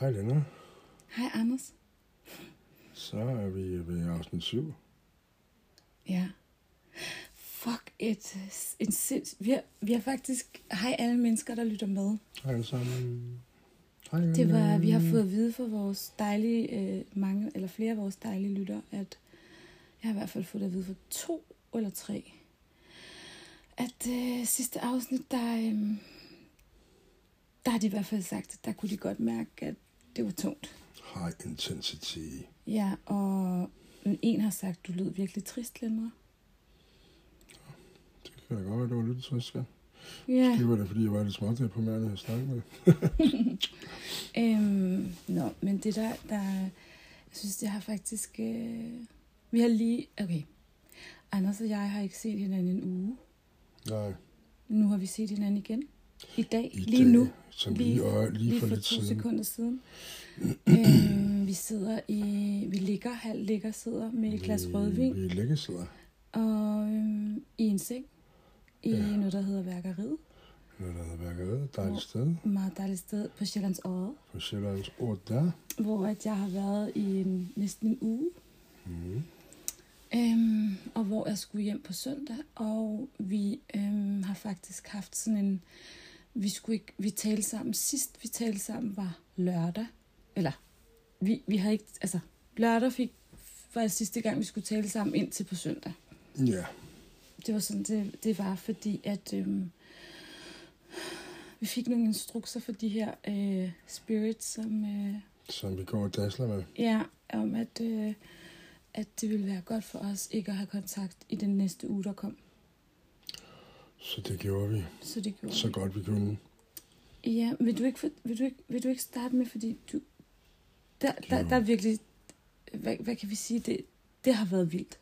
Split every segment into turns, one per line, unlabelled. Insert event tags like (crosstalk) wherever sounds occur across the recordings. Hej Lennart.
Hej Anders.
Så er vi ved afsnit 7.
Ja. Fuck, et, øh, en sinds... Vi har, vi har faktisk... Hej alle mennesker, der lytter med.
Hej alle sammen. Hej alle.
Det var, vi har fået at vide fra vores dejlige, øh, mange, eller flere af vores dejlige lytter, at jeg har i hvert fald fået det at vide fra to eller tre, at øh, sidste afsnit, der, øh, der har de i hvert fald sagt, at der kunne de godt mærke, at det var tungt.
High intensity.
Ja, og en har sagt, du lød virkelig trist, Lennart.
Det kan da godt være, det var lidt trist, skat.
Ja,
Det var det, fordi jeg var lidt småt på mere, end jeg snakkede med.
øhm, nå, men det der, der, jeg synes, det har faktisk, øh, vi har lige, okay, Anders og jeg har ikke set hinanden i en uge.
Nej,
Nu har vi set hinanden igen. I dag,
i
lige
dag,
nu.
Som lige, og, lige,
lige
for,
for
lidt
to
siden.
sekunder
(clears throat)
siden. øhm, vi sidder i, vi ligger, halv ligger, sidder med et glas rødvin
Øh, Vi læggesidder.
og øhm, i en seng. I
Ja.
ja. noget, der hedder værkeriet.
Når der havde været et dejligt
Hvor-
sted
Meget dejligt sted på Sjællands Odde,
på Sjællands Ord der.
hvor at jeg har været i en, næsten en uge.
Mm.
Øhm, og hvor jeg skulle hjem på søndag, og vi øhm, har faktisk haft sådan en, vi skulle ikke, vi talte sammen, sidst vi talte sammen var lørdag, eller vi, vi havde ikke, altså lørdag fik, var sidste gang, vi skulle tale sammen indtil på søndag.
Ja,
Det var sådan, det, det var, fordi at øhm, vi fik nogle instrukser for de her øh, spirits, som, øh,
som vi går og dasler med.
ja, om at, øh, at det ville være godt for os ikke at have kontakt i den næste uge, der kom.
Så det gjorde vi
Så det gjorde
så
vi.
godt vi kunne.
Ja, vil du ikke, for, vil du ikke, vil du ikke starte med, fordi du, der,
Jo.
der, der er virkelig, hvad, hvad kan vi sige, det, det har været vildt.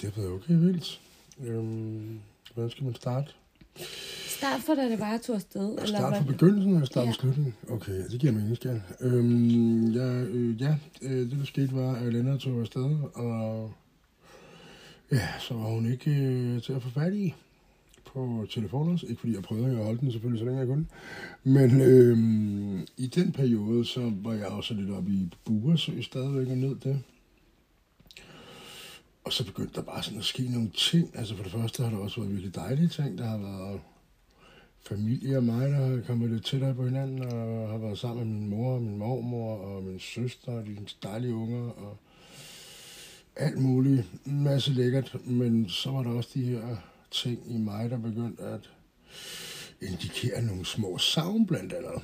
Det blev okay vildt. Øhm, hvordan skal man starte?
Start for, da det var, jeg tog afsted.
Jeg
eller
starter
hvad?
fra begyndelsen, og starter
Ja.
ja. slutningen. Okay, det giver mening, skal jeg. øhm, ja, øh, ja, øh, det der skete var, at Lennart tog afsted, og ja, så var hun ikke øh, til at få fat i på telefonen også. Ikke fordi jeg prøvede at holde den selvfølgelig, så længe jeg kunne. Men øhm, i den periode, så var jeg også lidt oppe i Buresø stadigvæk og nød det. Og så begyndte der bare sådan at ske nogle ting. Altså for det første har der også været virkelig dejlige ting. Der har været familie og mig, der er kommet lidt tættere på hinanden, og har været sammen med min mor og min mormor og min søster og de dejlige unger og alt muligt. En masse lækkert, men så var der også de her ting i mig, der begyndte at indikere nogle små savn blandt andet.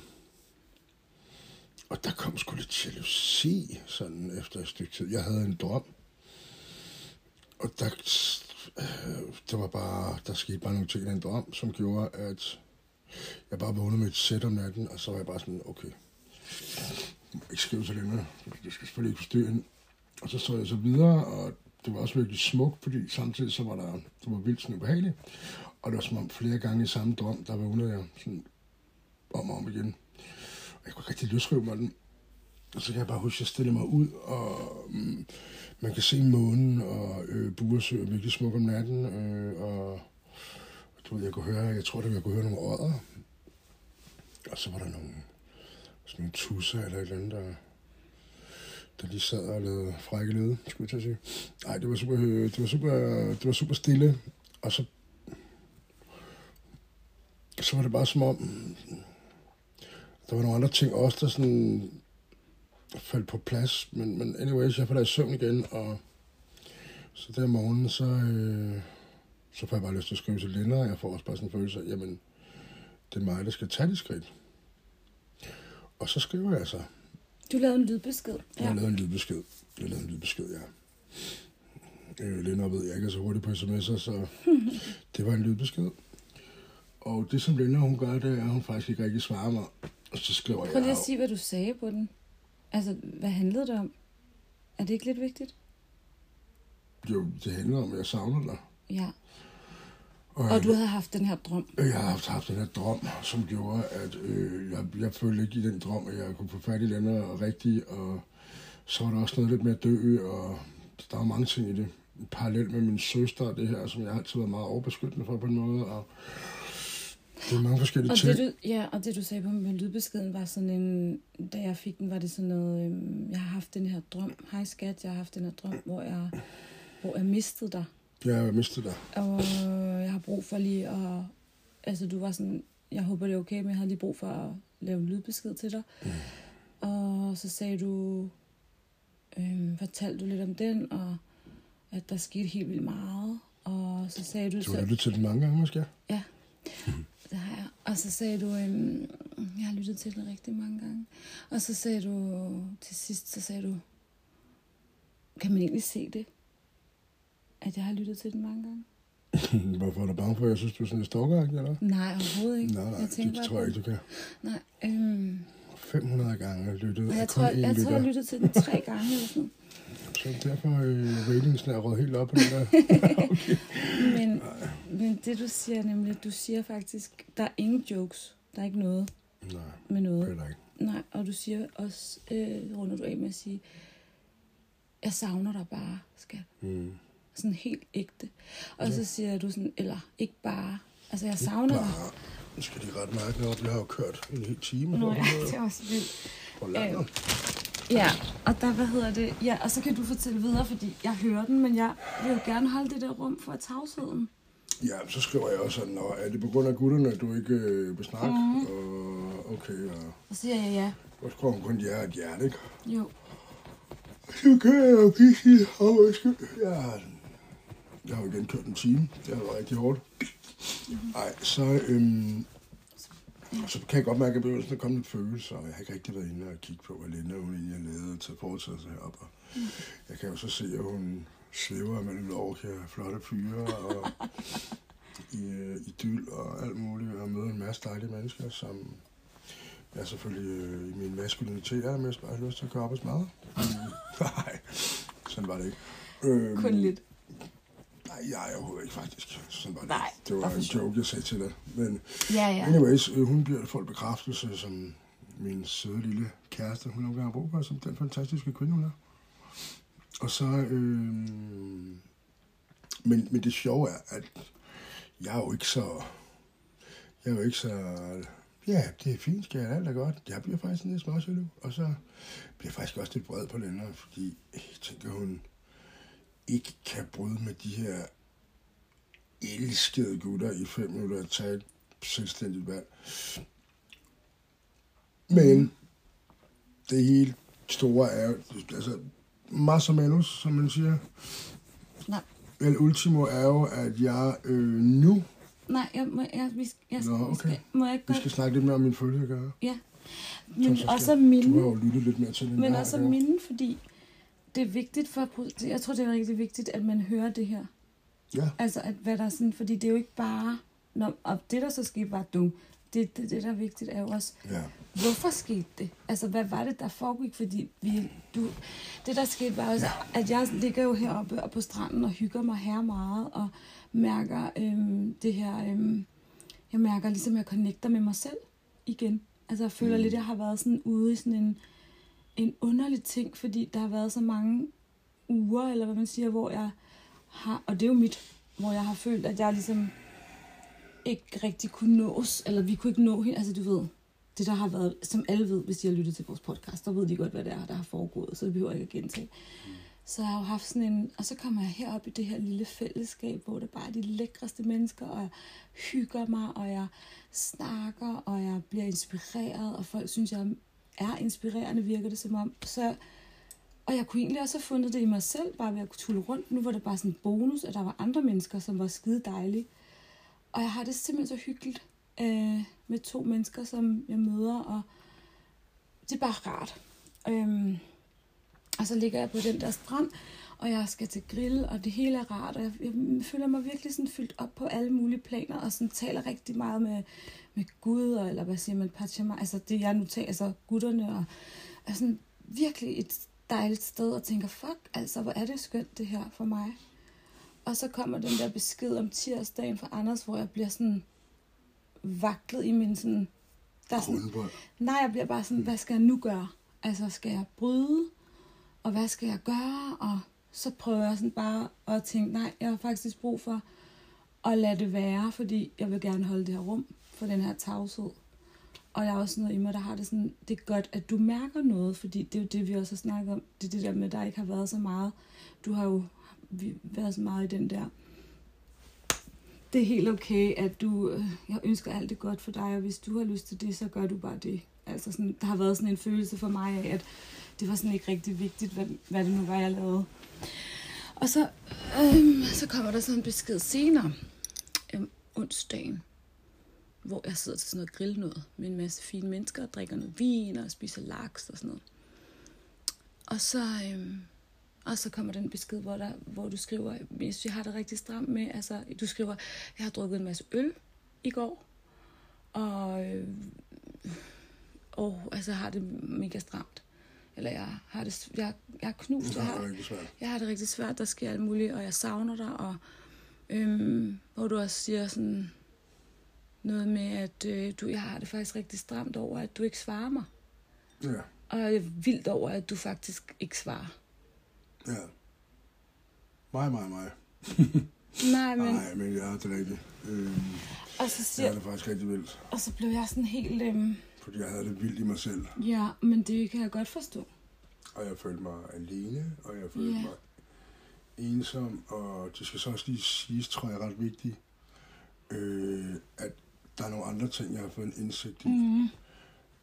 Og der kom sgu lidt jalousi sådan efter et stykke tid. Jeg havde en drøm, og der, øh, der var bare, der skete bare nogle ting i den drøm, som gjorde, at jeg bare vågnede med et sæt om natten, og så var jeg bare sådan, okay, jeg må ikke skrive så længere, det skal selvfølgelig ikke forstyrre hende. Og så så jeg så videre, og det var også virkelig smukt, fordi samtidig så var der, det var vildt sådan ubehageligt, og det var som om flere gange i samme drøm, der vågnede jeg sådan om og om igen. Og jeg kunne ikke rigtig løsrive mig af den, og så kan jeg bare huske, at jeg stiller mig ud, og mm, man kan se månen, og øh, Buresø er virkelig smuk om natten, øh, og du ved, jeg kunne høre, jeg tror, det var, jeg kunne høre nogle ådder. Og så var der nogle, sådan nogle tusser eller et eller andet, der, der lige sad og lavede frække lyde, skulle jeg til at sige. Nej, det var super, øh, det var super, det var super stille, og så, så var det bare som om, mm, der var nogle andre ting også, der sådan faldt på plads, men, men anyways, jeg falder i søvn igen, og så der morgen, så, øh, så får jeg bare lyst til at skrive til Linda, og jeg får også bare sådan en følelse af, jamen, det er mig, der skal tage det skridt. Og så skriver jeg så.
Du lavede en lydbesked.
Jeg har lavet en lydbesked. Jeg har lavet en lydbesked, ja. Øh, Lennart ved, jeg ikke er så hurtig på sms'er,
(laughs)
så det var en lydbesked. Og det, som Lennart hun gør, det er, at hun faktisk ikke rigtig svarer mig. Og så skriver
Prøv lige
jeg...
at sige, hvad du sagde på den. Altså, hvad handlede det om? Er det ikke lidt vigtigt?
Jo, det handler om, at jeg savner dig.
Ja.
Og,
Og du havde haft den her drøm.
Øh, jeg, jeg har haft, haft den her drøm, som gjorde, at øh, jeg, jeg følte ikke i den drøm, at jeg kunne få fat i lander og rigtigt, og så var der også noget lidt med at dø, og der var mange ting i det. Parallelt med min søster og det her, som jeg altid har været meget overbeskyttende for på en måde, og Det er mange forskellige
Og
ting.
det, du, ja, og det du sagde på med lydbeskeden var sådan en, da jeg fik den, var det sådan noget, øhm, jeg har haft den her drøm, hej skat, jeg har haft den her drøm, hvor jeg, hvor jeg mistede dig,
Jeg har mistet dig.
og jeg har brug for lige at, altså du var sådan, jeg håber det er okay, men jeg havde lige brug for at lave en lydbesked til dig, mm. og så sagde du, øhm, fortalte du lidt om den, og at der skete helt vildt meget, og så sagde du,
Du
så,
har lyttet til den mange gange, måske? (laughs)
Ja, det har jeg. Og så sagde du, øhm, jeg har lyttet til den rigtig mange gange. Og så sagde du til sidst, så sagde du, kan man egentlig se det? At jeg har lyttet til den mange gange?
Hvorfor er du bange for, at jeg synes, du er sådan en stalker, eller?
Nej, overhovedet ikke.
Nej, nej,
jeg tænkte
det
bare
tror jeg
på-
ikke, du kan.
Nej, øhm,
500 gange har jeg lyttet,
og
og kun
jeg, tror,
én
jeg tror, jeg
lytter.
lyttede til den tre gange eller sådan noget.
Så derfor øh, ratingsen er røget helt op på den
(laughs)
der.
Men, men det du siger nemlig, du siger faktisk, der er ingen jokes. Der er ikke noget
nej,
med noget.
heller ikke.
Nej, og du siger også, øh, runder du af med at sige, jeg savner dig bare, skat.
Mm.
Sådan helt ægte. Og så siger du sådan, eller ikke bare, altså jeg savner dig.
Bare, nu skal de ret mærke noget op. Jeg har jo kørt en hel time.
Nå,
Nå,
ja, det er også vildt.
På landet.
Øh. Ja, og der, hvad hedder det? Ja, og så kan du fortælle videre, fordi jeg hører den, men jeg vil jo gerne holde det der rum for tavsheden.
Ja, så skriver jeg også sådan, "Nå, er det på grund af gutterne, at du ikke øh, vil snakke?
Mhm.
Mm. Og okay, og,
Og så siger jeg ja,
og så skriver hun kun, ja, et hjerte, ikke?
jo.
Så kan jeg jo give sit havøske. Jeg, har- jeg har jo igen kørt en time. Det har været rigtig hårdt. Nej, så, øhm, så kan jeg godt mærke, at jeg begynder sådan at komme lidt følelser, og jeg har ikke rigtig været inde og kigge på, hvad Linda hun egentlig har lavet til foretagelser heroppe. Og jeg kan jo så se, at hun svæver mellem Norge og flotte fyre og i, øh, idyl og alt muligt, og møder en masse dejlige mennesker, som jeg selvfølgelig øh, i min maskulinitet er mest bare har lyst til at køre op og
(laughs)
smadre. Nej, sådan var det ikke. Øhm,
Kun lidt.
Nej, jeg er overhovedet ikke faktisk. Sådan var det.
Nej,
det var
hvorfor
en
sjov?
joke, jeg sagde til dig. Men
Ja,
ja.
ja.
anyways, øh, hun bliver får en bekræftelse som min søde lille kæreste, hun nogle gange har brug for, som den fantastiske kvinde, hun er. Og så... Øh, men, men det sjove er, at jeg er jo ikke så... Jeg er jo ikke så... Ja, det er fint, skal jeg alt er godt. Jeg bliver faktisk en lille småsøløv. Og så bliver jeg faktisk også lidt vred på Lennart, fordi jeg tænker, hun ikke kan bryde med de her elskede gutter i fem minutter og tage et selvstændigt valg. Men det helt store er jo, altså, más og menos, som man siger,
Nej,
El Ultimo er jo, at jeg øh, nu,
nej, jeg, må, jeg, vi, skal- jeg,
Nå,
vi
okay.
skal, må jeg ikke
vi
godt?
skal snakke lidt mere om min følelsesgare.
Ja. Men
Så skal-
også mine.
Du har jo lyttet lidt mere til den.
Men
jeg
også
har
om
gjort.
minde, fordi det er vigtigt for... Jeg tror, det er rigtig vigtigt, at man hører det her.
Ja,
Altså, at hvad der er sådan... Fordi det er jo ikke bare... Når, og det, der så skete, var du. Det, det, det, der er vigtigt, er jo også,
ja.
hvorfor skete det? Altså, hvad var det, der foregik? Fordi vi, du, det, der skete, var også, at jeg ligger jo heroppe og på stranden og hygger mig her meget, og mærker øhm, det her... Øhm, jeg mærker ligesom, jeg connecter med mig selv igen. Altså, jeg føler mm. lidt, jeg har været sådan ude i sådan en, en underlig ting, fordi der har været så mange uger, eller hvad man siger, hvor jeg har... Og det er jo mit, hvor jeg har følt, at jeg ligesom ikke rigtig kunne nås, eller vi kunne ikke nå hende. Altså, du ved, det der har været, som alle ved, hvis de har lyttet til vores podcast, så ved de godt, hvad det er, der har foregået, så det behøver jeg ikke at gentage. Så jeg har jo haft sådan en, og så kommer jeg herop i det her lille fællesskab, hvor det bare er de lækreste mennesker, og jeg hygger mig, og jeg snakker, og jeg bliver inspireret, og folk synes, jeg er inspirerende, virker det som om. Så, og jeg kunne egentlig også have fundet det i mig selv, bare ved at kunne tulle rundt. Nu var det bare sådan en bonus, at der var andre mennesker, som var skide dejlige. Og jeg har det simpelthen så hyggeligt øh, med to mennesker, som jeg møder, og det er bare rart. Øhm, og så ligger jeg på den der strand, og jeg skal til grill, og det hele er rart, og jeg, jeg føler mig virkelig sådan fyldt op på alle mulige planer, og sådan taler rigtig meget med, med Gud, og, eller hvad siger man, Pachamama, altså det jeg nu tager, altså gutterne, og er sådan virkelig et dejligt sted, og tænker, fuck, altså hvor er det skønt det her for mig. Og så kommer den der besked om tirsdagen fra Anders, hvor jeg bliver sådan vaklet i min sådan... Der er sådan
Grundvold.
Nej, jeg bliver bare sådan, hvad skal jeg nu gøre? Altså, skal jeg bryde? Og hvad skal jeg gøre? Og så prøver jeg sådan bare at tænke, nej, jeg har faktisk brug for og lade det være, fordi jeg vil gerne holde det her rum for den her tavshed. Og der er også noget i mig, der har det sådan, det er godt, at du mærker noget, fordi det er jo det, vi også har snakket om. Det er det der med, at der ikke har været så meget. Du har jo vi- været så meget i den der, det er helt okay, at du, øh, jeg ønsker alt det godt for dig, og hvis du har lyst til det, så gør du bare det. Altså sådan, der har været sådan en følelse for mig af, at det var sådan ikke rigtig vigtigt, hvad, hvad det nu var, jeg lavede. Og så, øhm, så kommer der sådan en besked senere, øhm, onsdagen, hvor jeg sidder til sådan noget grillnød med en masse fine mennesker, og drikker noget vin og spiser laks og sådan noget. Og så, øhm, og så kommer den besked, hvor, der, hvor du skriver, jeg synes, jeg har det rigtig stramt med, altså du skriver, jeg har drukket en masse øl i går, og, øh, og altså har det mega stramt. Eller jeg har det, jeg, jeg er knust,
Så
jeg
har
har,
det rigtig svært.
jeg har det rigtig svært, der sker alt muligt, og jeg savner dig, og øhm, hvor du også siger sådan noget med, at øh, du, jeg har det faktisk rigtig stramt over, at du ikke svarer mig.
Ja,
Og jeg er vildt over, at du faktisk ikke svarer.
ja. Mig, mig, mig.
Nej, men...
Nej, men jeg har det rigtigt. Øhm,
Og så,
jeg
siger,
har det faktisk rigtig vildt,
og så blev jeg sådan helt... Øhm,
fordi jeg havde det vildt i mig selv.
ja, men det kan jeg godt forstå.
og jeg følte mig alene, og jeg følte
Ja.
yeah. mig ensom, og det skal så også lige siges, tror jeg er ret vigtigt, øh, at der er nogle andre ting, jeg har fået en indsigt i.
Mm.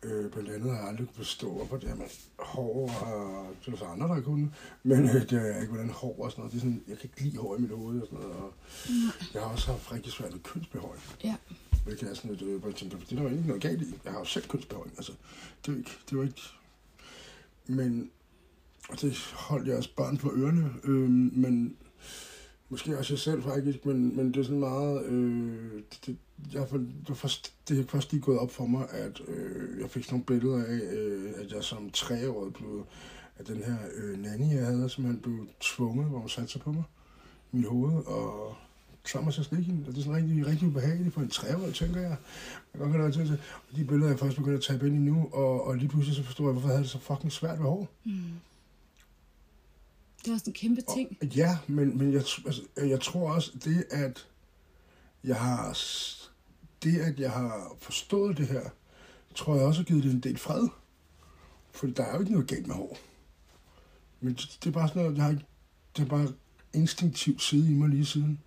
Øh, blandt andet har jeg aldrig kunne forstå, hvorfor det er med hår, og det var så andre, der kunne, men øh, det er ikke, hvordan hår og sådan noget, det er sådan, jeg kan ikke lide hår i mit hoved og sådan noget, og jeg har også haft rigtig svært ved kønsbehøjning.
Ja.
Hvilket er sådan lidt, øh, hvor jeg tænker, det er der jo ikke noget galt i. Jeg har jo selv kunstbehøjning, altså. Det er jo ikke, det er jo ikke... Men, og det holdt jeg også barn på ørerne, øh, men måske også jeg selv faktisk, men, men det er sådan meget, øh, det, det, jeg, har fået- det, var først, det er først lige gået op for mig, at øh, jeg fik sådan nogle billeder af, øh, at jeg som treårig blev, at den her øh, nanny, jeg havde, som han blev tvunget, hvor hun satte sig på mig, i mit hoved, og så mig så slik hende. Og det er sådan rigtig, rigtig ubehageligt for en treårig, tænker jeg. Jeg kan godt have til det. Og de billeder, jeg først begyndt at tabe ind i nu, og, og lige pludselig så forstår jeg, hvorfor jeg havde det så fucking svært ved hår.
Mm. Det var sådan en kæmpe ting.
Og, ja, men, men jeg, tr- altså, jeg tror også, det at jeg har, s- det at jeg har forstået det her, tror jeg også har givet det en del fred. For der er jo ikke noget galt med hår. Men det, det er bare sådan noget, jeg har, ikke- det er bare instinktivt side i mig lige siden.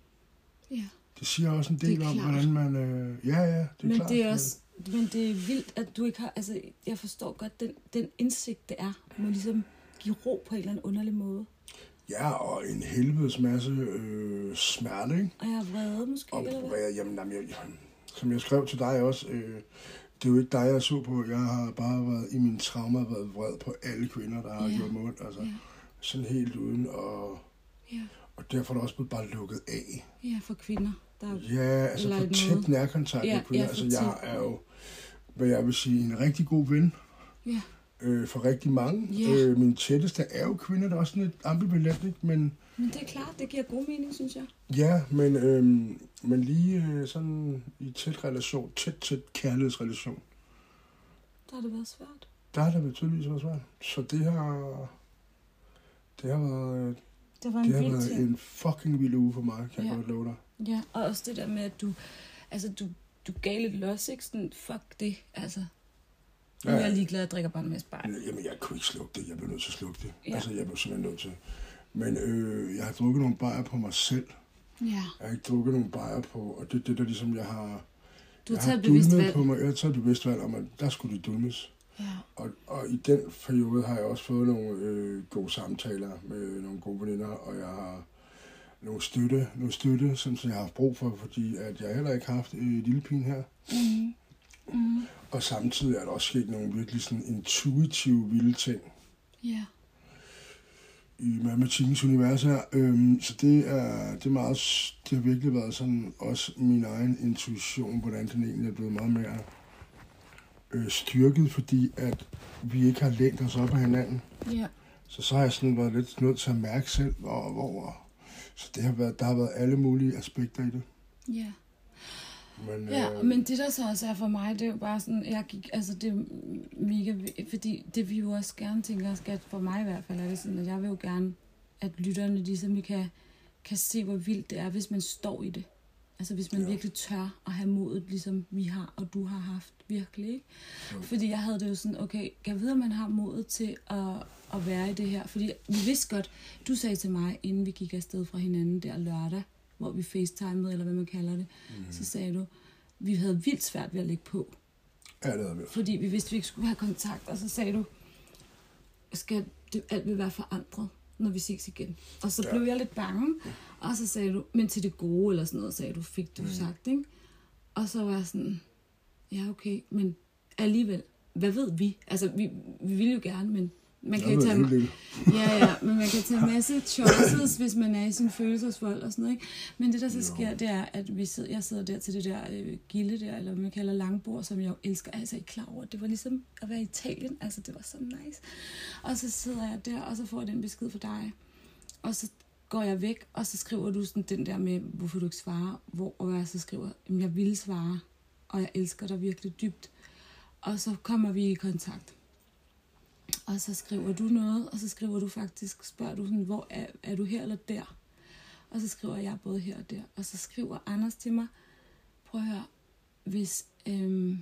Ja.
Det siger også en
Det er
del om,
klart.
hvordan man... Øh, ja, ja, det er
men
klart.
det er også, men det er vildt, at du ikke har, altså, jeg forstår godt den, den indsigt, det er, må ligesom give ro på en eller anden underlig måde.
Ja, og en helvedes masse øh, smerte, ikke?
Og jeg er vrede måske,
Og
eller hvad?
hvad, jamen, jamen, jeg, som jeg skrev til dig også, øh, det er jo ikke dig, jeg så på. Jeg har bare været i mine traumer været vred på alle kvinder, der har
Ja.
gjort mod. Altså,
Ja,
sådan helt uden, og,
ja,
og derfor er det også blevet bare lukket af.
ja, for kvinder, der er
Ja, altså
Eller
for
et
tæt
møde.
nærkontakt
Ja,
med kvinder.
ja, for
altså, jeg
tæt.
er jo, hvad jeg vil sige, en rigtig god ven.
Ja,
øh, for rigtig mange.
Ja.
Øh, min tætteste er jo kvinder, der er også sådan lidt ambivalent, ikke? Men,
men det er klart, det giver god mening, synes jeg.
ja, men, øh, men lige øh, sådan i tæt relation, tæt, tæt kærlighedsrelation,
Der har det været svært.
der har det tydeligvis været svært. Så det har, det har været, øh,
Det var en
det har
vild
været
ting.
en fucking vild uge for mig, kan ja.
Ja.
jeg godt love dig.
Ja, og også det der med, at du, altså, du, du gav lidt los, ikke? Sådan, fuck det, altså. Nu er
Ja.
jeg ligeglad, jeg drikker bare en masse bajer.
Men, Jamen, jeg kunne ikke slukke det. Jeg blev nødt til at slukke det.
Ja.
Ja. Altså, jeg blev simpelthen nødt til. Men øh, jeg har drukket nogle bajer på mig selv.
Ja,
Jeg har ikke drukket nogle bajer på, og det er det, der ligesom jeg har...
du
jeg
har
har
taget bevidst
dulmet
valg.
på mig. Jeg har taget bevidst valg om, at der skulle det dulmes.
Ja.
Og, og i den periode har jeg også fået nogle øh, gode samtaler med nogle gode veninder, og jeg har nogle støtte, nogle støtte som jeg har haft brug for, fordi at jeg heller ikke har haft øh, lille pin her.
Mm. Mm.
Og samtidig er der også sket nogle virkelig sådan intuitive vilde ting
Ja.
i matematikkens univers her. Øhm, så det er, det er meget, s- det har virkelig været sådan også min egen intuition, hvordan den egentlig er blevet meget mere øh, styrket, fordi at vi ikke har lænt os op af hinanden.
Ja.
Så så har jeg sådan været lidt nødt til at mærke selv, hvor, hvor så det har været, der har været alle mulige aspekter i det.
Ja.
Men, øh,
Ja, men det der så også er for mig, det er jo bare sådan, jeg gik, altså det er jo mega, vi- fordi det vi jo også gerne tænker, skal for mig i hvert fald, er det sådan, at jeg vil jo gerne, at lytterne ligesom kan, kan se, hvor vildt det er, hvis man står i det. Altså hvis man
Jo.
jo. virkelig tør at have modet, ligesom vi har, og du har haft virkelig. Ikke?
Jo.
Fordi jeg havde det jo sådan, okay, jeg ved, at man har modet til at, at være i det her. Fordi vi vidste godt, du sagde til mig, inden vi gik afsted fra hinanden der lørdag, hvor vi facetimede, eller hvad man kalder det, mm. så sagde du, vi havde vildt svært ved at lægge på,
Ja, det havde vi også.
fordi vi vidste, at vi ikke skulle have kontakt. Og så sagde du, skal det, alt vil være forandret, når vi ses igen. Og så
Ja.
ja. blev jeg lidt bange, og så sagde du, men til det gode eller sådan noget, sagde du, fik du mm. sagt, ikke? Og så var jeg sådan, ja okay, men alligevel, hvad ved vi? Altså, vi, vi ville jo gerne, men man kan
Jeg
jo
ved
tage...
helt vildt.
Ja, ja, men man kan tage en masse choices, hvis man er i sin følelsesvold og sådan noget, ikke? Men det, der så
Jo.
sker, det er, at vi sidder, jeg sidder der til det der øh, gilde der, eller hvad man kalder langbord, som jeg jo elsker. Altså, I er klar over, det var ligesom at være i Italien. Altså, det var så nice. Og så sidder jeg der, og så får jeg den besked fra dig. Og så går jeg væk, og så skriver du sådan den der med, hvorfor du ikke svarer, hvor og jeg så skriver, at jeg ville svare, og jeg elsker dig virkelig dybt. Og så kommer vi i kontakt. Og så skriver du noget, og så skriver du faktisk, spørger du sådan, hvor er, er du her eller der? Og så skriver jeg både her og der. Og så skriver Anders til mig, prøv at høre, hvis, øhm,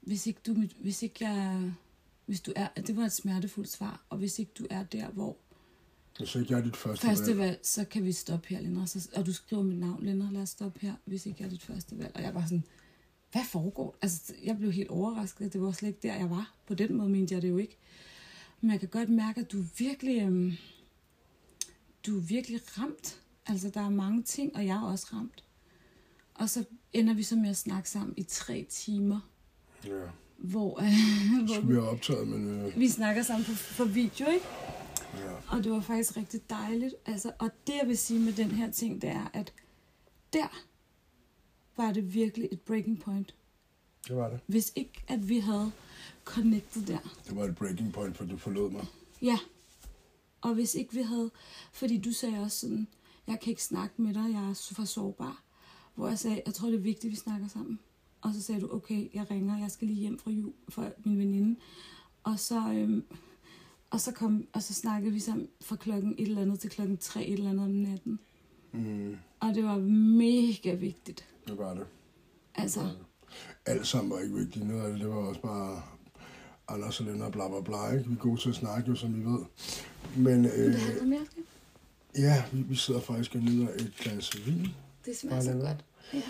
hvis ikke du, hvis ikke jeg, hvis du er, det var et smertefuldt svar, og hvis ikke du er der, hvor
Hvis ikke jeg er dit første,
første
valg.
valg, så kan vi stoppe her, Lindra. Så, og du skriver mit navn, Lindra, lad os stoppe her, hvis ikke jeg er dit første valg. Og jeg var sådan, hvad foregår? Altså, jeg blev helt overrasket. Det var slet ikke der, jeg var. På den måde mente jeg det jo ikke. Men jeg kan godt mærke, at du er virkelig, øhm, du er virkelig ramt. Altså, der er mange ting, og jeg er også ramt. Og så ender vi så med at snakke sammen i tre timer,
Ja.
hvor, øh, (laughs)
Så
hvor
vi har optaget, men øh,
vi snakker sammen på, på video, ikke?
ja.
Og det var faktisk rigtig dejligt. Altså, og det, jeg vil sige med den her ting, det er, at der var det virkelig et breaking point.
det var det.
Hvis ikke, at vi havde connectet der.
Det var et breaking point, for du forlod mig.
Ja. Og hvis ikke vi havde... Fordi du sagde også sådan, jeg kan ikke snakke med dig, jeg er så- for sårbar. Hvor jeg sagde, jeg tror, det er vigtigt, at vi snakker sammen. Og så sagde du, okay, jeg ringer, jeg skal lige hjem fra, jul, fra min veninde. Og så, øhm, og, så kom, og så snakkede vi sammen fra klokken et eller andet til klokken tre et eller andet om natten.
Mm,
Og det var mega vigtigt.
det var det.
Altså,
Øh. Alt sammen var ikke vigtigt. Noget af det, det var også bare Anders og Lennart og bla bla bla. Ikke? Vi er gode til at snakke, jo, som vi ved. Men
øh,
øh,
det havde du mærket.
ja, vi, vi sidder faktisk og nyder et glas vin.
Det smager så
Bare
godt. Ja.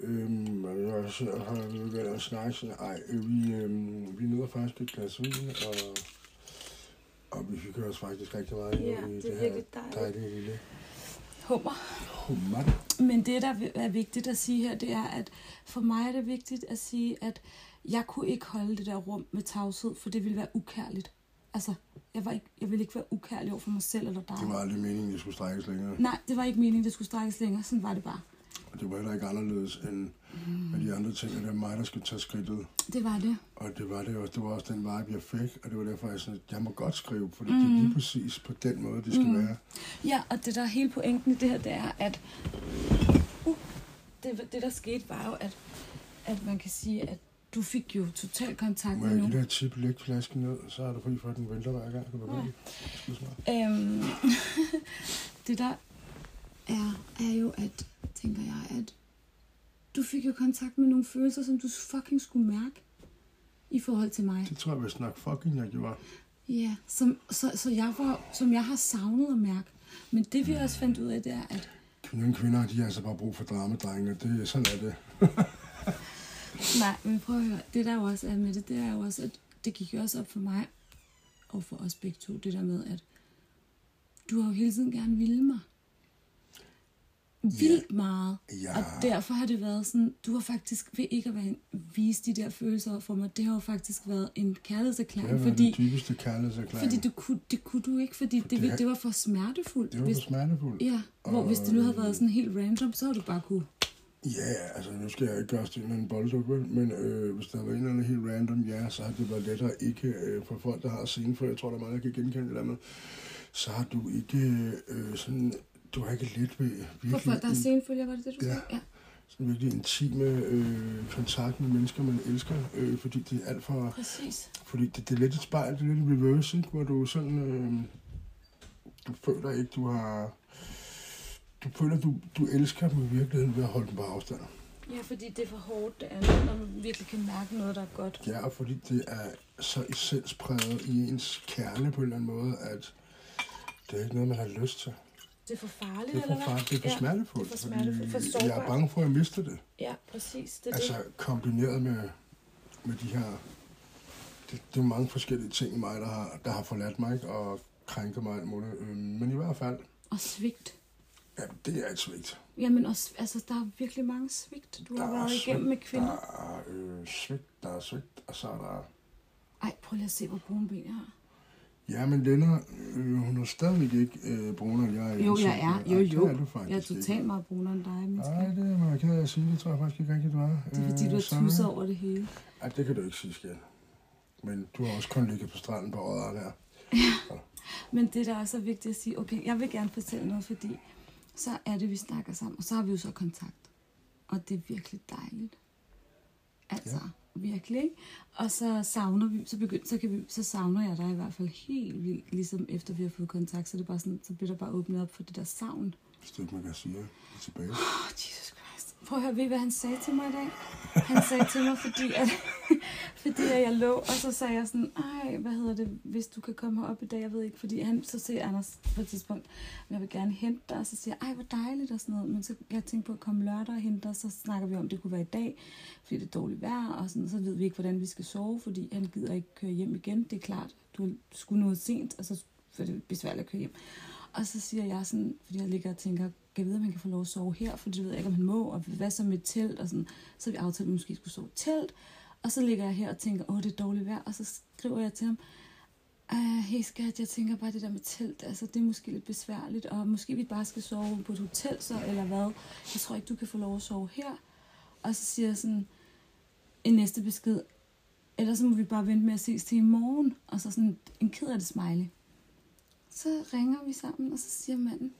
Øhm, og jeg sidder her og vi begynder at snakke, så ej, øh, vi, øhm, vi nyder faktisk et glas vin, og, og vi hygger os faktisk rigtig meget i
Ja, det er
det her
virkelig dejligt.
dejlige lille
Hummer.
hummer.
Men det, der er vigtigt at sige her, det er, at for mig er det vigtigt at sige, at jeg kunne ikke holde det der rum med tavshed, for det ville være ukærligt. Altså, jeg, var ikke, jeg ville ikke være ukærlig over for mig selv eller dig.
Det var aldrig meningen, det skulle strækkes længere.
Nej, det var ikke meningen, det skulle strækkes længere. Sådan var det bare.
Og det var heller ikke anderledes end
Mm.
med de andre ting, at det er mig, der skal tage skridtet.
Det var det.
Og det var det også. Det var også den vibe, jeg fik, og det var derfor, jeg sådan, at jeg må godt skrive, for det er lige
Mm.
præcis på den måde, det skal være.
Ja, og det der er hele pointen i det her, det er, at uh, det, det der skete var jo, at, at man kan sige, at du fik jo total kontakt
Må
med
jeg give
nogen.
dig et tip, læg flasken ned, så er du fri for, at den vælter hver gang. Du bevæger. Skide smart.
Øhm, (laughs) det der er, er jo, at, tænker jeg, at du fik jo kontakt med nogle følelser, som du fucking skulle mærke i forhold til mig.
Det tror jeg, vi snakker fucking, jeg gjorde.
Ja, som, så, så jeg var, som jeg har savnet at mærke. Men det vi også fandt ud af, det er, at
Nogle kvinder, de har altså bare brug for dramedrenge, og det, sådan er det.
Nej, men prøv at høre. Det der jo også er med det, det er jo også, at det gik jo også op for mig, og for os begge to, det der med, at du har jo hele tiden gerne ville mig. Vildt meget.
Ja.
Og derfor har det været sådan, du har faktisk, ved ikke at være, vise de der følelser over for mig, det har jo faktisk været en
Det
kærlighedserklæring,
har været
fordi,
den dybeste kærlighedserklæring.
fordi du kunne, det kunne du ikke, fordi det, det,
har-
det var for smertefuldt.
Det var
hvis,
for smertefuldt. øh,
ja, hvor hvis det nu havde været sådan helt random, så havde du bare kunne.
Ja, altså nu skal jeg ikke gøre stil med en bolddukke, vel? men øh, hvis der var en eller anden helt random, ja, så har det været lettere ikke øh, for folk, der har scene, for jeg tror, der er mange, der kan genkende det der med, så har du ikke øh, sådan, du har ikke let ved virkelig,
For folk, der har
in-
senfølger, var det det, du
Mm. Ja.
sagde? Ja.
sådan virkelig intime øh, kontakt med mennesker, man elsker, øh, fordi det er alt for...
Præcis.
Fordi det, det er lidt et spejl, det er lidt en reverse, ikke? hvor du sådan, øh, du føler ikke, du har, du føler, du, du elsker dem i virkeligheden ved at holde dem på afstand.
Ja, fordi det er for hårdt, det andet, når man virkelig kan mærke noget, der er godt.
Ja, fordi det er så essenspræget i ens kerne på en eller anden måde, at det er ikke noget, man har lyst til.
Det er for farligt,
Det er for,
eller hvad?
far, det er for
ja,
smertefuldt,
det er for
fordi
smertefuldt, for sårbart.
jeg er bange for, at jeg mister det.
Ja, præcis. Det er altså,
Altså kombineret med, med de her... Det, det er mange forskellige ting i mig, der har, der har forladt mig ikke? og krænket mig alt muligt. Øhm, Men i hvert fald,
det. Og svigt.
ja, det er et svigt.
Jamen, og, sv- altså, der er virkelig mange svigt, du
Der
har
er
været
svigt,
igennem med kvinder.
Der er øh, svigt, der er svigt, og så er der...
Ej, prøv lige at se, hvor brune ben jeg har.
Ja, men Lennart, øh, hun er stadigvæk ikke øh, brunere, end jeg er. i
Jo, jeg
ansigtet.
er. Jo,
Ej, det
jo.
er du
Jeg er
faktisk
totalt meget brunere end dig, men
Nej, øh, det er jeg ked af at sige. Det tror jeg faktisk ikke rigtigt, du er.
det er fordi, du har tusset over det hele.
Nej, det kan du ikke sige, skat. Men du har også kun ligget på stranden på ådderen her.
Men det, der er så vigtigt at sige, okay, jeg vil gerne fortælle noget, fordi så er det, vi snakker sammen, og så har vi jo så kontakt. Og det er virkelig dejligt. Altså, ja. virkelig. ikke? Og så savner vi, så, begynd, så, kan vi, så savner jeg dig i hvert fald helt vildt, ligesom efter vi har fået kontakt, så, det er bare sådan, så bliver der bare åbnet op for det der savn.
Hvis det ikke man kan sige. er Tilbage.
Oh, Jesus Christ. Prøv at høre, ved I, hvad han sagde til mig i dag? Han sagde til mig, fordi, at, (laughs) fordi at jeg lå, og så sagde jeg sådan, ej, hvad hedder det, hvis du kan komme herop i dag, jeg ved ikke, fordi han, så siger Anders på et tidspunkt, jeg vil gerne hente dig, og så siger jeg, ej, hvor dejligt og sådan noget, men så jeg tænkte på at komme lørdag og hente dig, så snakker vi om, det kunne være i dag, fordi det er dårligt vejr, og sådan, så ved vi ikke, hvordan vi skal sove, fordi han gider ikke køre hjem igen, det er klart, du skulle noget sent, og så er det besværligt at køre hjem. Og så siger jeg sådan, fordi jeg ligger og tænker, kan jeg vide, om han kan få lov at sove her, for det ved jeg ikke, om han må, og hvad så med et telt, og sådan. Så vi aftalte, at vi måske skulle sove i telt, og så ligger jeg her og tænker, åh, det er dårligt vejr, og så skriver jeg til ham, "Ah, hey skat, jeg tænker bare det der med telt, altså det er måske lidt besværligt, og måske vi bare skal sove på et hotel så, eller hvad, jeg tror ikke, du kan få lov at sove her. Og så siger jeg sådan, i næste besked, ellers så må vi bare vente med at ses til i morgen, og så sådan en ked af det smiley. Så ringer vi sammen, og så siger manden,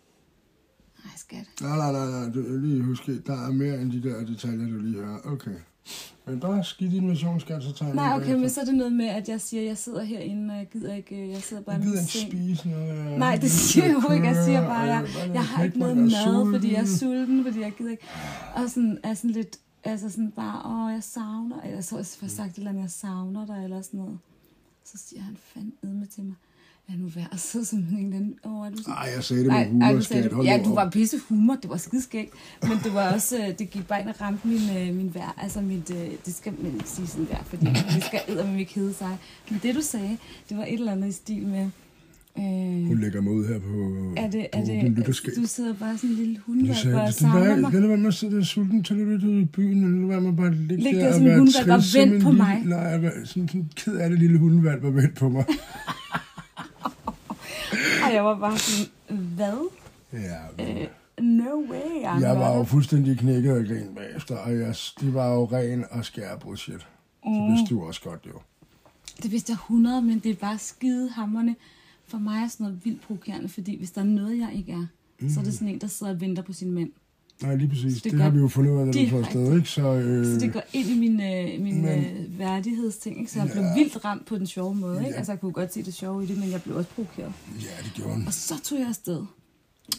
nej skat,
Nej, nej, nej, nej. Du, lige husk, der er mere end de der detaljer, du lige hører. Okay. Men bare skid din mission, skat, så tager jeg
Nej,
den
okay, men
bagefter.
så er det noget med, at jeg siger, at jeg sidder herinde, og jeg gider ikke, øh, jeg sidder bare i
Jeg
min
gider ikke
seng.
spise noget. øh, jeg
Nej,
er
det
nødt til
siger
at
jeg jo ikke. Jeg
køre,
siger bare,
og
at jeg,
vil bare
jeg har
have
ikke noget
knækbrød, jeg er
mad, fordi jeg er
sulten.
sulten, fordi jeg gider ikke. Og sådan er sådan lidt, altså sådan bare, åh, jeg savner, eller så har jeg får sagt et eller andet, jeg savner dig, eller sådan noget. Så siger han fandme til mig, lad nu være, og så som en eller anden, åh, er du sådan
Ej, jeg sagde det med humor, skat. Hold
ja,
nu
du
op.
var pisse humor, det var skidskægt, men det var også, øh, det gik bare ind og ramte min, øh, min vær, altså mit, øh, det skal man ikke sige sådan der, fordi det skal eddermame ikke hedde sig. Men det du sagde, det var et eller andet i stil med, øh,
Hun lægger mig ud her på,
er det,
på
er
din
det,
lytterskab.
du sidder bare sådan en lille
Jeg
hundvalg
sagde,
og
det er
savner
dig,
mig.
lad det være med at sidde der sulten, så lad det ud i byen, og lad det være med bare at ligge
Ligge
der,
der
og
som en
være
hundhvalp, bare
trist som
vent
en
på
lille-
mig.
Nej, jeg var sådan, sådan ked af det lille hundevalg, var vendt på mig.
Og jeg var bare sådan, hvad?
ja, men-
Øh, No way, Anker.
jeg var jo fuldstændig knækket og grin bagefter, og jeg, de var jo ren og skær bullshit.
Mm.
Det vidste du også godt, jo.
Det vidste jeg 100, men det er bare skide hammerne. For mig er sådan noget vildt provokerende, fordi hvis der er noget, jeg ikke er, mm. så er det sådan en, der sidder og venter på sin mænd.
Nej, lige præcis.
Så
Det,
det
det har
gør
vi jo fundet ud af, da vi
direkte.
tog afsted, ikke? Så, øh,
Så det går ind i min, øh, min
Men-
øh, værdighedsting, ikke? så jeg
Ja.
blev vildt ramt på den sjove måde. Ikke?
Ja.
Altså, jeg kunne godt se det sjove i det, men jeg blev også provokeret.
ja, det gjorde hun.
Og så tog jeg afsted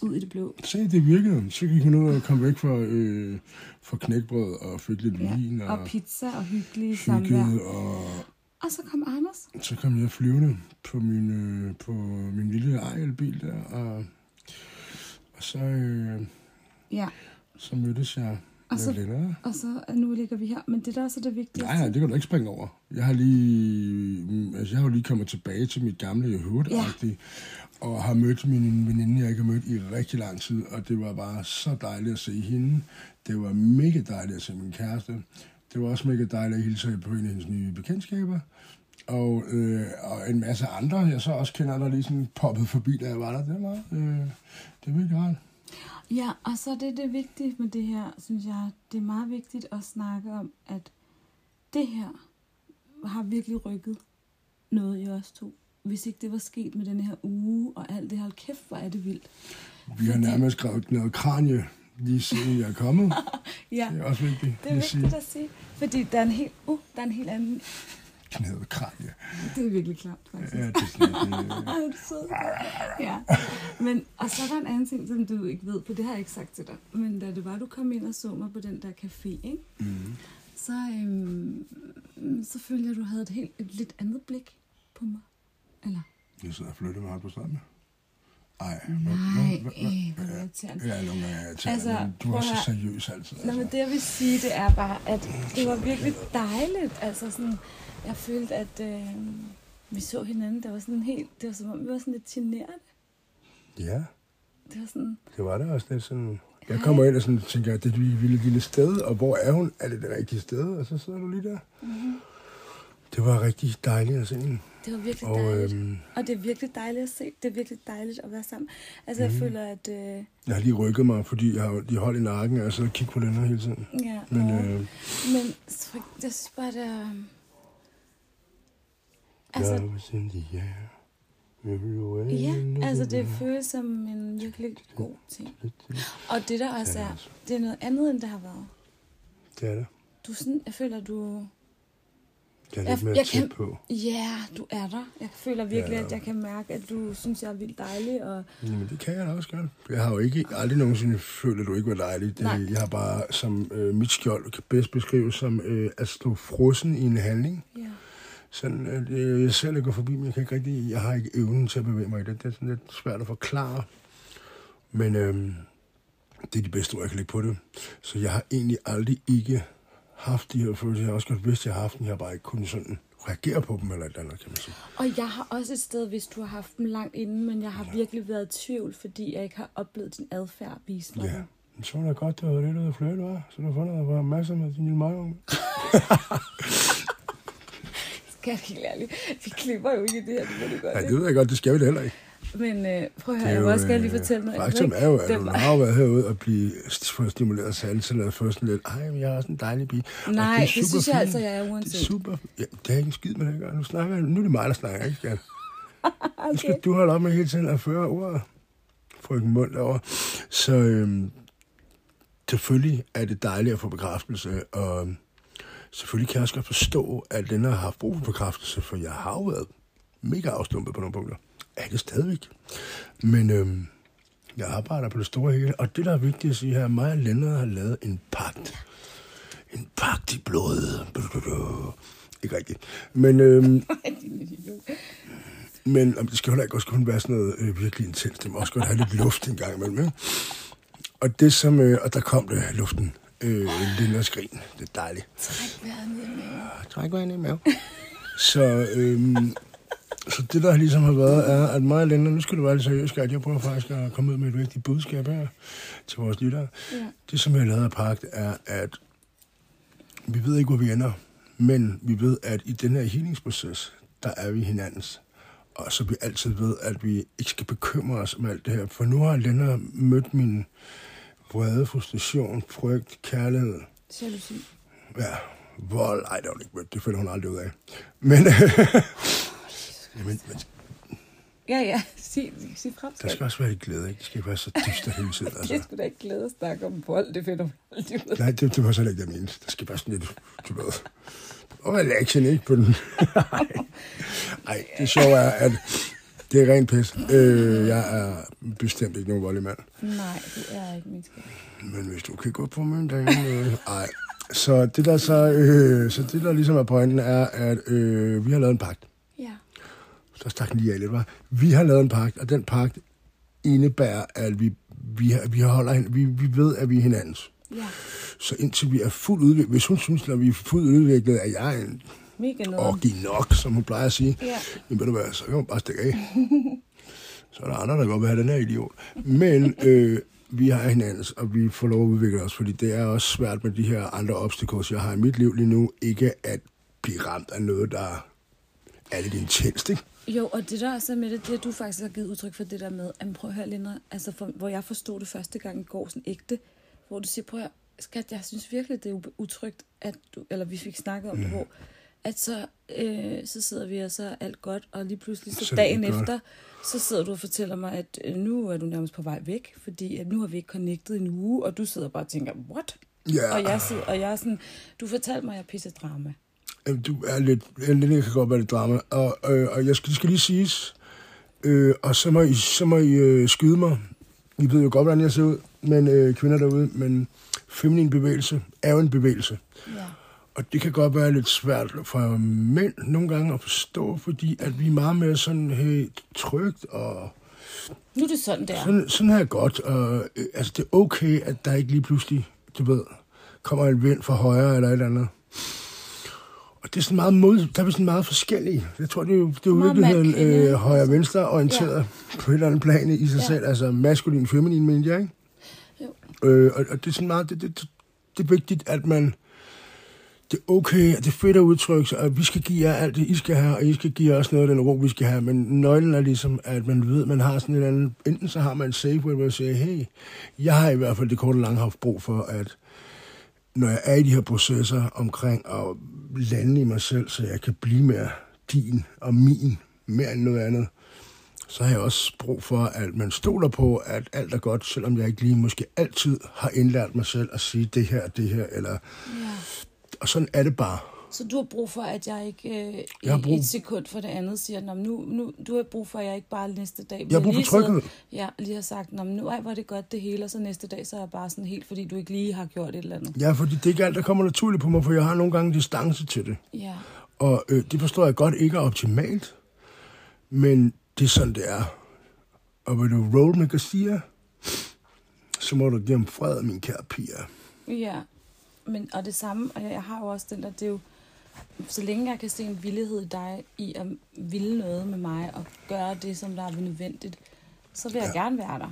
ud i det blå.
Se, det virkede. Så gik hun ud og kom væk fra, øh, fra knækbrød og fik lidt
Ja.
vin og,
Og pizza og hyggelige samvær.
hyggede, og
Og så kom Anders.
så kom jeg flyvende på min, øh, på min lille ejelbil der, og, og så, øh,
Ja,
så mødtes jeg
Og så-
med Lennart.
og så øh, nu ligger vi her. Men det der også er det vigtigste.
Nej, nej, det kan du ikke springe over. Jeg har lige, mm, altså, jeg har jo lige kommet tilbage til mit gamle hood ja. og har mødt min veninde, jeg ikke har mødt i rigtig lang tid, og det var bare så dejligt at se hende. Det var mega dejligt at se min kæreste. Det var også mega dejligt at hilse på en af hendes nye bekendtskaber. Og, øh, og en masse andre, jeg så også kender, der lige sådan poppede forbi, da jeg var der. Det var, øh, det er virkelig rart.
Ja, og så er det det vigtige med det her, synes jeg. Det er meget vigtigt at snakke om, at det her har virkelig rykket noget i os to. Hvis ikke det var sket med den her uge og alt det her, hold kæft, hvor er det vildt.
Vi har
Fordi-
nærmest skrevet noget kranje, lige siden jeg er
(laughs)
kommet.
Ja,
Det er også vigtigt.
det er
lige at sige.
vigtigt at sige, fordi der er en helt, uh, der er en helt anden
knæet kranje.
Det er virkelig klamt, faktisk. (laughs)
Ja, det er sådan, det,
Ej, er du sød. Ja. Men, og så er der en anden ting, som du ikke ved, for det har jeg ikke sagt til dig. Men da det var, du kom ind og så mig på den der café, ikke?
mm.
så, øhm, så følte jeg, at du havde et, helt, et lidt andet blik på mig. Eller?
Jeg sidder og flytter meget på stranden. Ej, nu- nu-
Nej,
nu- nu-
øh, hvor irriterende.
Ja, nogle gange er jeg irriterende,
Altså,
men du er
prøv
så
at-
seriøs altid. altså.
Nå, men det jeg vil sige, det er bare, at det var virkelig dejligt. Altså sådan, jeg følte, at øh, vi så hinanden. Det var sådan helt, det var som om, vi var sådan lidt generede.
Ja,
Det var sådan,
det var det også lidt sådan... Jeg kommer ind og sådan, tænker, at det er et vildt lille sted, og hvor er hun? Er det det rigtige sted? Og så sidder du lige der. Mm-hmm. Det var rigtig dejligt at se hende.
det var virkelig
Og,
dejligt.
øhm,
Og det er virkelig dejligt at se. Det er virkelig dejligt at være sammen. Altså,
Mhm.
mm. jeg føler, at... Øh,
Jeg har lige rykket mig, fordi jeg har jo de hold i nakken, og jeg sidder og kigger på den her hele tiden.
ja,
Men
nå.
øh,
Men så- jeg synes bare, det er... øhm,
altså,
Altså,
love is in the air. Everywhere in
ja,
the
altså det
world.
føles som en virkelig god ting. Og det der også
Ja,
er,
altså.
det er noget andet, end det har været.
Det er det.
Du er sådan, jeg føler, du...
Det er
Jeg-
lidt mere
jeg
tæt
kan-
på.
Ja, yeah, du er der. Jeg føler virkelig,
Ja.
at jeg kan mærke, at du synes, jeg er vildt dejlig. Og
Jamen, det kan jeg da også godt. Jeg har jo ikke, aldrig nogensinde følt, at du ikke var dejlig. Det,
Nej.
jeg har bare, som øh, mit skjold kan bedst beskrives som øh, at stå frossen i en handling.
ja,
Sådan, at, øh, jeg selv går forbi, men jeg, kan ikke rigtig, jeg har ikke evnen til at bevæge mig i det. Det er sådan lidt svært at forklare. Men øh, det er de bedste ord, jeg kan lægge på det. Så jeg har egentlig aldrig ikke haft de her følelser. Jeg har også godt vidst, at jeg har haft dem. Jeg har bare ikke kunnet sådan reagere på dem eller et eller andet, kan man sige.
og jeg har også et sted, hvis du har haft dem langt inden, men jeg har virkelig været i tvivl, fordi jeg ikke har oplevet din adfærd vise mig.
Ja. Men så var det godt, det var det, der fløjte var. Så du har fundet, at der var masser med din lille markung.
Skal jeg være helt ærlig? Vi klipper jo ikke i det her, det ved du godt.
Ja,
ikke?
det ved jeg godt, det skal vi da heller ikke.
Men øh, prøv at
Det er
høre, jeg vil
jo,
også gerne lige
øh,
fortælle noget.
Faktum
andet,
er jo,
ikke?
at
Det
hun
var-
har jo været herude og blive fået stimuleret salgsallet først sådan lidt. Ej, men jeg er også en dejlig pige. Og
Nej, det
super
synes jeg
fint.
altså, jeg er
Det
uanset.
er super... Ja, det er ikke en skid med det, jeg gør. Nu, snakker jeg, nu er det mig, der snakker, ikke skat? Nu skal
Okay.
du holde op med hele tiden at føre ordet. Frøken Mund derovre. Så øhm, selvfølgelig er det dejligt at få bekræftelse, og øhm, selvfølgelig kan jeg også godt forstå, at den her har haft brug for bekræftelse, for jeg har jo været mega afstumpet på nogle punkter. Er det stadigvæk? Men øhm, jeg arbejder på det store hele, og det, der er vigtigt at sige her, mig og Lennart har lavet en pagt. En pagt i blodet. Ikke rigtigt. Men øhm,
Din idiot.
men om det skal heller ikke også kun være sådan noget øh, virkelig intens. Det må også godt have lidt luft en gang imellem. Ikke? Og, det som, øh, og der kom det, luften. Øh, lille og skrin. Det er dejligt. Ah,
Træk vejret ned i maven.
Jeg tror ikke, jeg er mave. (laughs) Så, øhm, så det, der ligesom har været, er, at mig og Linda, nu skal du være lidt seriøs, skat. Jeg prøver faktisk at komme ud med et vigtigt budskab her til vores lyttere.
Ja.
Det, som jeg lavede af pagt, er, at vi ved ikke, hvor vi ender, men vi ved, at i den her healingsproces, der er vi hinandens. Og så vi altid ved, at vi ikke skal bekymre os om alt det her. For nu har Lennart mødt min vrede, frustration, frygt, kærlighed.
Jalousi.
Ja, vold. Ej, det har hun ikke mødt. Det finder hun aldrig ud af. Men, (laughs) Jamen, men
Ja, ja. Sig, sig frem.
der skal også være lidt glæde, ikke? Det skal ikke være så dyster hele tiden.
Jeg
Altså.
skulle da ikke glæde at snakke om vold. Det finder man aldrig ud af.
Nej, det, det var så heller ikke, det, jeg mente. Der skal bare sådan lidt, du ved, og action, ikke? På den. Nej, det sjove er, at det er rent pis. Øh, jeg er bestemt ikke nogen voldelig mand.
Nej, det er ikke min skyld.
Men hvis du kan gå på min derinde... øh, Ej. Så det, der så, øh, så det, der ligesom er pointen, er, at øh, vi har lavet en pagt.
Ja.
Så stak den lige af lidt, var. Vi har lavet en pagt, og den pagt indebærer, at vi, vi, har- vi, holder, hin- vi, vi ved, at vi er hinandens.
Ja.
Så indtil vi er fuldt udviklet, hvis hun synes, at vi er fuldt udviklet, at jeg er en
Mega noget.
orgi nok, som hun plejer at sige,
Ja.
jamen ved du hvad, så kan hun bare stikke af. så er der andre, der godt vil have den her idiot. Men øh, vi har hinandens, og vi får lov at udvikle os, fordi det er også svært med de her andre obstacles, jeg har i mit liv lige nu, ikke at blive ramt af noget, der er lidt intenst, ikke?
Jo, og det der også er med det, det er, at du faktisk har givet udtryk for det der med, at prøv at høre, Linda, altså for, hvor jeg forstod det første gang i går, sådan ægte, hvor du siger, prøv at høre, skat, jeg synes virkelig, det er ube- utrygt, at du, eller vi fik snakket om det, hvor, at så, øh, så sidder vi, og så er alt godt, og lige pludselig, så,
Så er det
dagen
godt.
efter, så sidder du og fortæller mig, at øh, nu er du nærmest på vej væk, fordi at nu har vi ikke connectet i en uge, og du sidder bare og tænker, what?
Ja.
Og, jeg sidder, og jeg er sådan, du fortalte mig, at jeg pisser drama.
Jamen, du er lidt, jeg er lidt, jeg kan godt være lidt drama. Og, øh, og jeg skal, det skal lige siges, øh, og så må I, så må I øh, skyde mig. I ved jo godt, hvordan jeg ser ud, men øh, kvinder derude, men feminin bevægelse er jo en bevægelse.
Ja.
Og det kan godt være lidt svært for mænd nogle gange at forstå, fordi at vi er meget mere sådan helt trygt, og
Nu er det sådan, det er.
sådan, sådan her er godt. Og, øh, altså, det er okay, at der ikke lige pludselig, du ved, kommer en vind fra højre eller et eller andet. Og det er sådan meget mod, der er vi sådan meget forskellige. Jeg tror, det er jo, det er jo i
Meget
virkeligheden
mand-kvinde.
øh, højre-venstre orienteret ja. på et eller andet plan i sig
Ja.
ja. selv. Altså maskulin, feminin, mener jeg, ikke?
Jo.
Øh, og, og det er sådan meget, det, det, det er vigtigt, at man, det er okay, og det er fedt at udtrykke sig, og vi skal give jer alt det, I skal have, og I skal give os noget af den ro, vi skal have, men nøglen er ligesom, at man ved, man har sådan et eller andet, enten så har man en safe word, hvor man siger, hey, jeg har i hvert fald det korte og lange haft brug for, at når jeg er i de her processer omkring at lande i mig selv, så jeg kan blive mere din og min, mere end noget andet, så har jeg også brug for, at man stoler på, at alt er godt, selvom jeg ikke lige måske altid har indlært mig selv at sige det her, det her, eller...
Ja.
Og sådan er det bare.
Så du har brug for, at jeg ikke øh,
Jeg har
i
brug-
et sekund for det andet siger, "Nå, men nu, nu, du har brug for, at jeg ikke bare næste dag...
har brug for
lige sidder-
tryghed.
Ja, lige har sagt, "Nå, men nu ej, var det godt det hele, og så næste dag, så er jeg bare sådan helt, fordi du ikke lige har gjort et eller andet.
Ja, fordi det er ikke alt, der kommer naturligt på mig, for jeg har nogle gange distance til det.
Ja,
Og øh, det forstår jeg godt ikke er optimalt, men det er sådan, det er. Og vil du roll med Garcia, så må du give ham fred, min kære piger.
ja. Men, og det samme, og jeg, jeg har jo også den der, det er jo, så længe jeg kan se en villighed i dig i at ville noget med mig og gøre det, som der er nødvendigt, så vil jeg ja. gerne være der.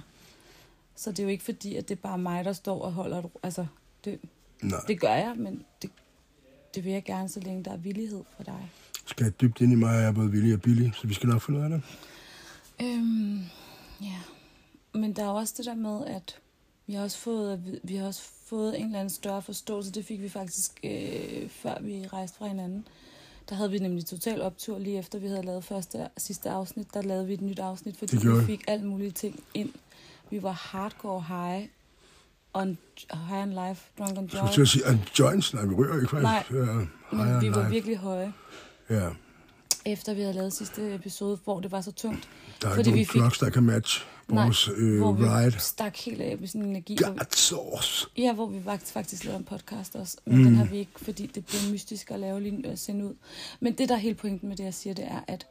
Så det er jo ikke fordi, at det er bare mig, der står og holder... et ro- Altså, det,
Nej,
Det gør jeg, men det, det vil jeg gerne, så længe der er villighed for dig.
skal jeg dybt ind i mig, og jeg er både villig og billig, så vi skal nok finde ud af det.
Øhm, ja. Men der er også det der med, at vi har også fået, at vi- vi har også fået en eller anden større forståelse. Det fik vi faktisk, øh, før vi rejste fra hinanden. Der havde vi nemlig total optur lige efter, vi havde lavet første og sidste afsnit. Der lavede vi et nyt afsnit, fordi
Det gjorde
vi
I.
fik alt mulige ting ind. Vi var hardcore high on, high on life, drunk on
Så til
joy.
at sige, at joints, nej, vi ryger ikke faktisk.
Nej,
ja,
Men vi var
nej.
virkelig høje.
Ja,
efter vi havde lavet sidste episode, hvor det var så tungt.
der er
Fordi
ikke
vi
nogen
fik-
drugs, der kan matche vores øh,
hvor vi
ride.
stak helt af med sådan en energi. hvor-
God sauce.
Ja, hvor vi fakt- faktisk lavede en podcast også, men mm. den har vi ikke, fordi det blev mystisk at lave lige nu og sende ud. Men det, der er hele pointen med det, jeg siger, det er, at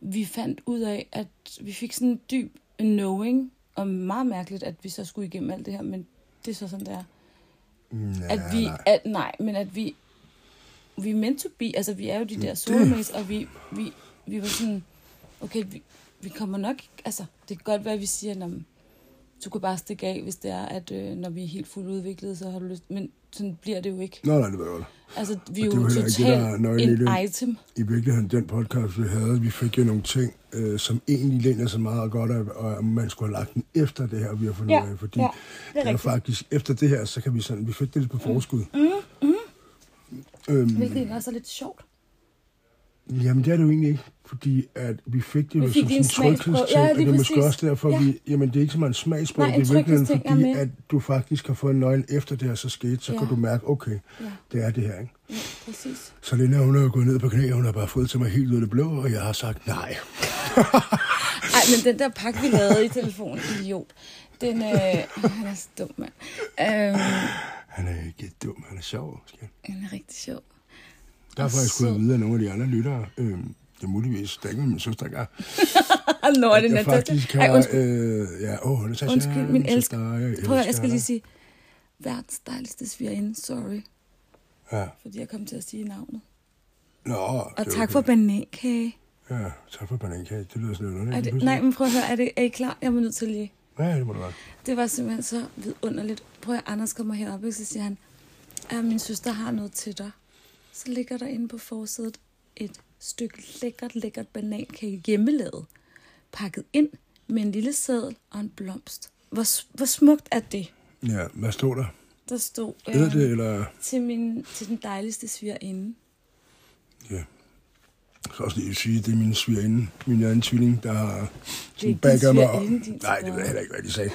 vi fandt ud af, at vi fik sådan en dyb knowing, og meget mærkeligt, at vi så skulle igennem alt det her, men det er så sådan, det er.
Ja,
At vi,
nej.
at, nej, men at vi, vi er meant to be, altså vi er jo
Mm.
de der soulmates, og vi, vi, vi var sådan, okay, vi, vi kommer nok, altså det kan godt være, at vi siger, "Nå, men du kan bare stikke af, hvis det er, at øh, når vi er helt fuldt udviklet, så har du lyst, men sådan bliver det jo ikke.
Nå, nej, det var jo det.
Altså, vi er
Og det er
jo
jo heller ikke det, der er
totalt
nøglen i
en
det.
item.
i virkeligheden den podcast, vi havde, vi fik jo nogle ting, øh, som egentlig læner sig meget godt af, og man skulle have lagt den efter det her, vi har fundet
Ja,
ud af, fordi
ja,
ja,
det er
det er
rigtigt.
faktisk efter det her, så kan vi sådan, vi fik det lidt på forskud. Mm, mm. Øhm,
Hvilket egentlig også er lidt sjovt.
jamen det er det jo egentlig ikke, fordi at vi fik det
Vi
jo
fik
som
lige en
sådan en
smagsprøve.
tryghedsting,
Ja,
og
lige
det er måske
præcis.
også derfor,
Ja.
ja. vi, jamen det er ikke så meget en smagsprøve,
Nej,
det
en
er i virkeligheden,
tryghedsting er
fordi
med.
at du faktisk har fået nøglen efter det her så skete, så
Ja.
ja. kan du mærke, okay,
Ja,
det er det her, ikke?
ja præcis.
Så Linda, hun er jo gået ned på knæ, og hun har bare fået til mig helt ud af det blå, og jeg har sagt nej.
Ej, men den der pakke, vi lavede i telefonen, idiot. Den, øh, (laughs) han er så dum, mand. Øhm,
Han er ikke dum, han er sjov. Skal.
den er rigtig sjov.
Der har
Og
faktisk fået
sød.
at vide af nogle af de andre lyttere, øh, det er muligvis der ikke med min søster, gør.
Nå, er det
jeg
Natasha?
faktisk
Ej,
har...
undskyld,
Øh, ja, åh, oh, Natasha,
undskyld min
Natasha,
elsker.
jeg elsker.
Prøv at, jeg skal lige
dig.
sige, verdens dejligste svigerinde, sorry,
Ja.
fordi jeg kom til at sige navnet.
Nå,
Og
det er
tak
okay.
for banankage.
Ja, tak for banankage. Det lyder sådan noget
Er det,
underligt.
nej, men prøv at høre, er, det, er I klar? Jeg er nødt til lige.
Ja, det må du godt.
Det var simpelthen så vidunderligt. Prøv at Anders kommer herop, og så siger han, at min søster har noget til dig. Så ligger der inde på forsædet et stykke lækkert, lækkert banankage hjemmelavet. Pakket ind med en lille sædel og en blomst. Hvor, s- hvor smukt er det?
Ja, hvad stod der?
Der stod
Hed
øhm,
det, eller...
til, min, til den dejligste svigerinde.
Ja. Så også lige sige, at det er min svigerinde, min anden tvilling, der har sådan
din
backet mig op.
svigerinde, din
Nej, det ved
svigerinde.
jeg heller ikke, hvad de sagde.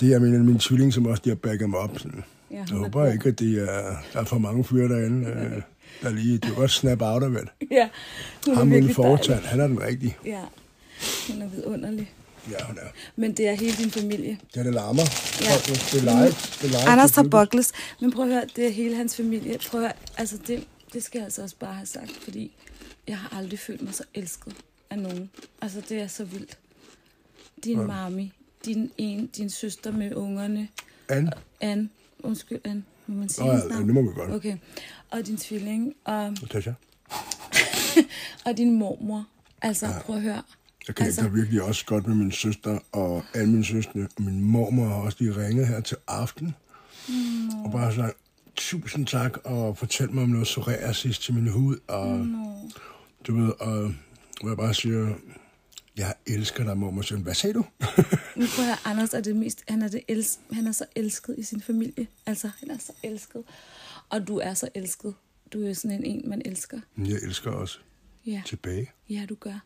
Det er min, min tvilling, som også de har backet mig op. Sådan.
Ja,
jeg
hun er
håber
god.
ikke, at det er, der er for mange fyre derinde. Øh, der lige, det var snap out af vel.
(laughs) Ja, hun er
Ham hun
virkelig
foretalt,
dejlig.
han er den rigtige.
Ja, hun er vidunderlig.
Ja, hun er.
Men det er hele din familie.
Det er det larmer.
Ja.
Ja. Det er live. Det er live.
Anders
Det er
tager buckles, men prøv at høre, det er hele hans familie. Prøv at høre, altså det, det skal jeg altså også bare have sagt, fordi jeg har aldrig følt mig så elsket af nogen. Altså det er så vildt. Din ja. mami, din, en, din søster med ungerne,
Anne.
Anne, undskyld Anne, må man sige
Nå,
hendes
ja,
navn?
nu må vi godt.
Okay, og din tvilling, og,
Natasha.
(laughs) og din mormor. Altså ja. prøv at høre.
Jeg kan altså.
altså,
virkelig også godt med min søster og alle mine søstre. Og min mormor har også lige ringet her til aften. Mm. Og bare sagt, tusind tak, og fortæl mig om noget psoriasis til min hud. Og mm. du ved, og hvor jeg bare siger, jeg elsker dig, mormor. Siger, hun, hvad sagde du? (laughs)
Nu prøver jeg, Anders er det mest, han er, det els, han er så elsket i sin familie. Altså, han er så elsket. Og du er så elsket. Du er jo sådan en, en man elsker.
Men jeg elsker også
Ja,
tilbage.
ja du gør.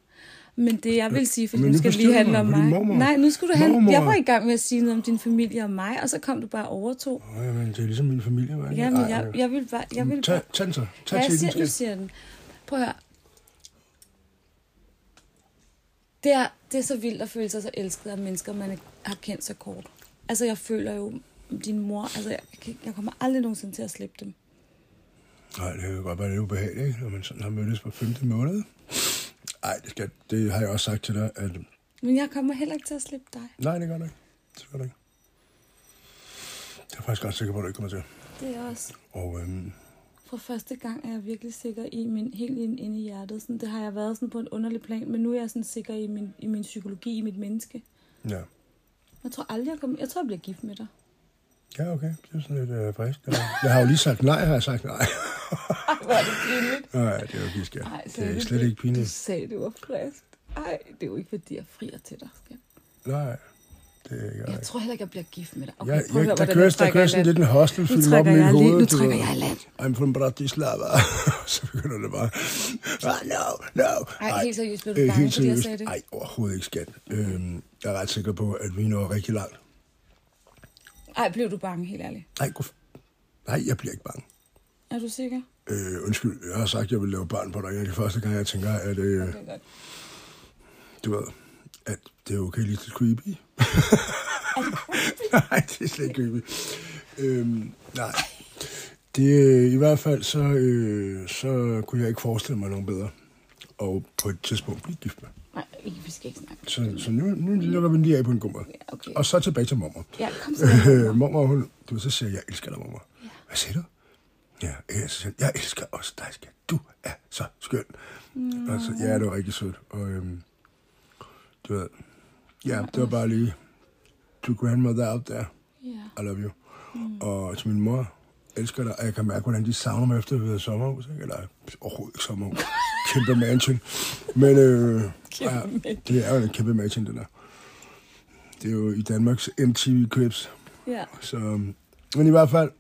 Men det, jeg vil sige, for
Men
nu
nu
skal det lige
forstyrrer
handle
du
om
mig, fordi
mig.
mormor-
Nej, nu skulle du handle. Jeg
mormor-
var i gang med at sige noget om din familie og mig, og så kom du bare og overtog.
Nå, jamen, det er ligesom min familie, var det?
Ja,
Ej,
men jeg,
men-
jeg vil bare... Jeg vil
Tag,
bare
tag den så. Tag
ja,
til
jeg
den,
siger, nu
skat.
siger jeg den. Prøv at høre. Det er, det er så vildt at føle sig så elsket af mennesker, man ikke har kendt så kort. Altså, jeg føler jo din mor... Altså, jeg, kan ikke- jeg kommer aldrig nogensinde til at slippe dem.
Nej, det kan jo godt være lidt ubehageligt, ikke? når man sådan har mødtes på 15 måned. Nej, det, skal, det har jeg også sagt til dig, at
Men jeg kommer heller ikke til at slippe dig.
nej, det gør du ikke. Det gør du ikke. Det er jeg faktisk ret sikker på, at du ikke kommer til.
Det er også...
Og øhm,
For første gang er jeg virkelig sikker i min helt ind- inde i hjertet. Sådan, det har jeg været sådan på en underlig plan, men nu er jeg sådan sikker i min, i min psykologi, i mit menneske.
ja.
Jeg tror aldrig, jeg kommer... Jeg tror, jeg bliver gift med dig.
Ja, okay. Det er sådan lidt øh, frisk. eller- Jeg har jo lige sagt nej, har jeg sagt nej. (laughs)
Ej, hvor er det pinligt.
Nej, det er jo fisk, ja.
Ej,
Det er
det
slet ikke
Du
pinligt.
sagde, det var frisk. Ej, det er jo ikke, fordi jeg frier til dig, skat.
Nej, det er ikke.
Jeg tror heller ikke, jeg bliver gift med dig.
Okay, jeg,
prøv at
jeg, der
høre, hvordan
kører,
jeg
der
trækker
kører
i
sådan
land.
lidt en hostelfilm
Nu
op i
trækker
mit
jeg lige-
hoved.
nu
du
trækker
ved.
jeg i land.
I'm from Bratislava. (laughs) så begynder det bare. (laughs) Ah, no, no.
Ej, helt seriøst, blev du
øh,
bange,
helt
fordi jeg
seriøst.
sagde det?
Ej, overhovedet ikke, skat. Øhm, jeg er ret sikker på, at vi når rigtig langt.
Ej, blev du bange, helt ærligt?
Nej, gud. Nej, jeg bliver ikke bange.
Er du sikker?
Øh, undskyld, jeg har sagt, at jeg vil lave barn på dig. Det er første gang, jeg tænker, at øh,
Det er godt.
du ved, at det er okay, lidt
(laughs)
creepy. nej, det er slet ikke creepy. Øhm, nej. Det, øh, I hvert fald, så, øh, så kunne jeg ikke forestille mig nogen bedre. Og på et tidspunkt blive gift med.
Nej, ikke- vi skal ikke snakke.
Så, så nu, nu lukker vi den lige af på en god måde.
Ja, okay.
Og så tilbage til mormor.
Ja, kom så.
Øh, mormor, hun, du ved, så siger jeg, jeg elsker dig, mormor. Ja. Hvad siger du? Ja, jeg, siger, jeg elsker også dig, skat. Du er så skøn. Mm. Og så, ja, det var rigtig sødt. Og, øhm, du ved, ja, det var bare lige, to grandmother out there,
Ja.
I love you. Mm. Og til min mor, elsker dig, og jeg kan mærke, hvordan de savner mig efter at være sommerhus, ikke? eller overhovedet ikke (laughs) sommerhus, kæmpe mansion. Men øh, ja, det er jo en kæmpe mansion, det der. Det er jo i Danmarks MTV Cribs.
ja.
Så, men i hvert fald,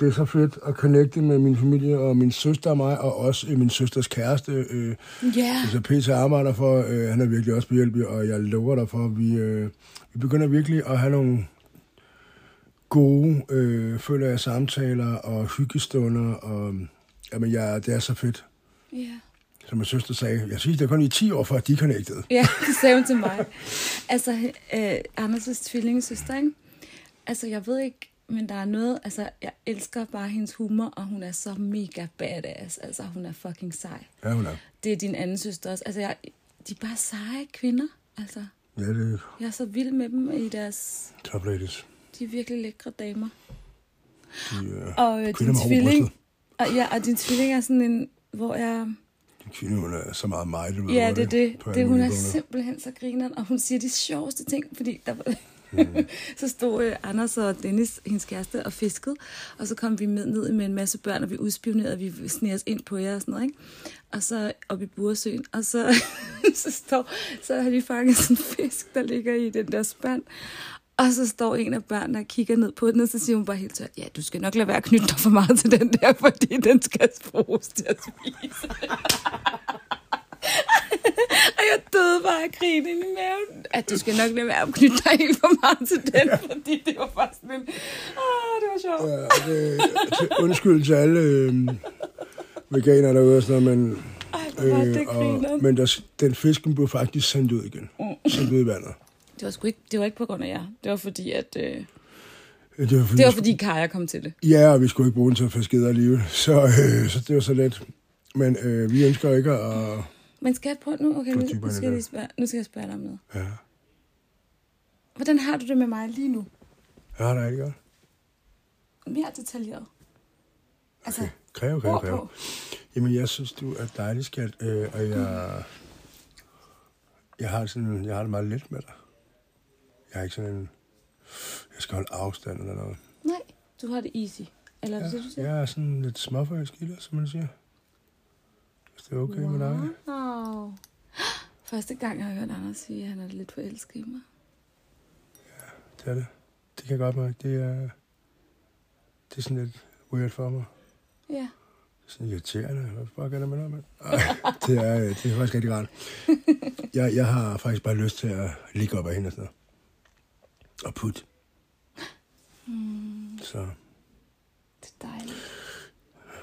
det er så fedt at connecte med min familie og min søster og mig, og også øh, min søsters kæreste. Øh,
Ja.
så Peter arbejder for, øh, han er virkelig også behjælpelig, og jeg lover dig for, at vi, øh, vi begynder virkelig at have nogle gode, øh, føler jeg, samtaler og hyggestunder, og jamen, jeg, det er så fedt.
Ja.
Som min søster sagde, jeg synes, det er kun i 10 år, før de er connected.
Ja, (laughs) det sagde hun til mig. Altså, øh, Anders' tvillingesøster, ikke? Altså, jeg ved ikke, men der er noget, altså, jeg elsker bare hendes humor, og hun er så mega badass. Altså, hun er fucking sej.
Ja, hun er.
Det er din anden søster også. Altså, jeg, de er bare seje kvinder. Altså,
Ja, det er
jeg er så vild med dem i deres...
top ladies.
De er virkelig lækre damer.
De, øh,
Og
Kvinder
øh, din
med hårde
tvilling...
bryster.
Og, ja, og din tvilling er sådan en, hvor jeg...
de kvinder, hun er så meget mig, du ved,
Ja,
hvor
det er det.
på alle
det hun er
mulige punkter.
simpelthen så grineren, og hun siger de sjoveste ting, fordi der var... (laughs) så stod øh, Anders og Dennis, hendes kæreste, og fiskede, og så kom vi med ned med en masse børn, og vi udspionerede, og vi sneg os ind på jer og sådan noget, ikke? Og så op i Buresøen, og så, så, står, så har de fanget sådan en fisk, der ligger i den der spand, og så står en af børnene og kigger ned på den, og så siger hun bare helt tørt, ja, du skal nok lade være at knytte dig for meget til den der, fordi den skal bruges til at spise. (laughs) Og jeg døde bare af grin ind i maven. At du skal nok lade være at knytte dig helt for meget til den, fordi det var faktisk en... Åh, det var sjovt.
Ja, det, til undskyld til alle øh, veganer derude og sådan noget, men, øh,
Ej, hvor var det
og,
grineren.
men der, s- den fisken blev faktisk sendt ud igen.
Mm.
Sendt ud i vandet.
Det var sgu ikke, det var ikke på grund af jer. Det var fordi, at, øh,
Det var, fordi,
det var fordi Kaja kom til det.
Ja, og vi skulle ikke bruge den til at fiske gedder alligevel, så, øh, så det var så let. Men øh, vi ønsker ikke at...
Men skat, prøv nu, okay, nu,
Fordyber
nu,
det
skal jeg
der.
lige spørge, nu skal jeg spørge dig om noget.
Ja,
Hvordan har du det med mig lige nu?
jeg har det rigtig godt.
Mere detaljeret. Altså,
Okay. Kræve, kræve,
ord
kræve.
på.
Jamen, jeg synes, du er dejlig, skat, øh, og jeg, jeg, har sådan, jeg har det meget lidt med dig. Jeg er ikke sådan en... Jeg skal holde afstand eller noget.
Nej, du har det easy. Eller er det det, du
Ja,
siger?
jeg er sådan lidt småforelsket i dig, som man siger. Hvis det er okay wow. med dig.
Wow. (gasps) Første gang, jeg har hørt Anders sige, at han er lidt forelsket i mig.
Det er det. Det kan jeg godt mærke. Det er, det er sådan lidt weird for mig.
Ja.
Sådan irriterende. Hvad fuck er det med dig, mand? Ej, det er, øh, det er faktisk rigtig rart. Jeg, jeg har faktisk bare lyst til at ligge op af hende og sådan noget. Og putte. Mm. Så,
Det er dejligt.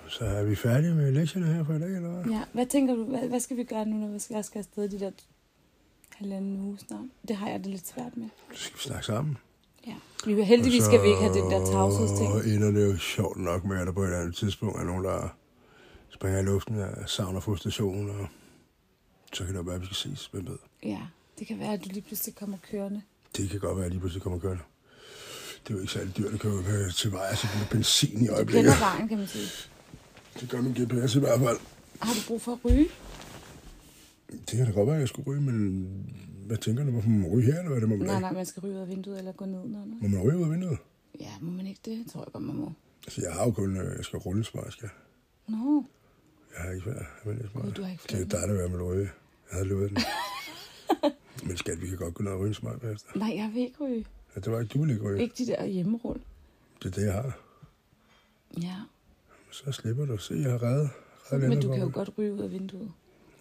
så er vi færdige med lektierne her for i dag, eller hvad?
Ja, hvad tænker du, hvad, hvad skal vi gøre nu, når vi skal, jeg skal afsted de der halvanden uge snart? Det har jeg det lidt svært med.
Så skal vi snakke sammen.
Ja. Vi vil heldigvis skal vi ikke have den der tavshedsting.
Og ender det jo sjovt nok med, at der på et eller andet tidspunkt er nogen, der springer i luften og savner frustrationen, og så kan det jo være, at vi skal ses, hvem ved.
Ja, det kan være, at du lige pludselig kommer kørende.
Det kan godt være, at jeg lige pludselig kommer kørende. Det er jo ikke særlig dyrt at køre øh, til vej, så det er benzin i
Du
øjeblikket.
kender vejen, kan man sige.
Det gør min GPS i hvert fald.
Har du brug for at ryge?
Det kan da godt være, at jeg skulle ryge, men hvad tænker du? Hvorfor må man ryge her, eller hvad det må man
Nej,
ikke?
nej, man skal ryge ud af vinduet eller gå ned under.
Må man ryge ud af vinduet?
Ja, må man ikke det? Tror jeg godt, man må.
Altså, jeg har jo kun, øh, jeg skal rulle smart, skal jeg.
Nå,
Jeg har ikke været almindelig smart.
Gud, du har ikke
det er jo
fået den.
dig, der vil være med ryge. Jeg havde lovet
(laughs)
den. men skat, vi kan godt gå ned og ryge en smart bagefter.
nej, jeg vil ikke ryge.
Ja, det var ikke, du ville ikke ryge.
Ikke de der hjemmerull.
Det er det, jeg har.
Ja,
Så slipper du. Se, jeg har reddet. reddet
men
landet
du
for
kan jo
mig.
godt ryge ud af vinduet.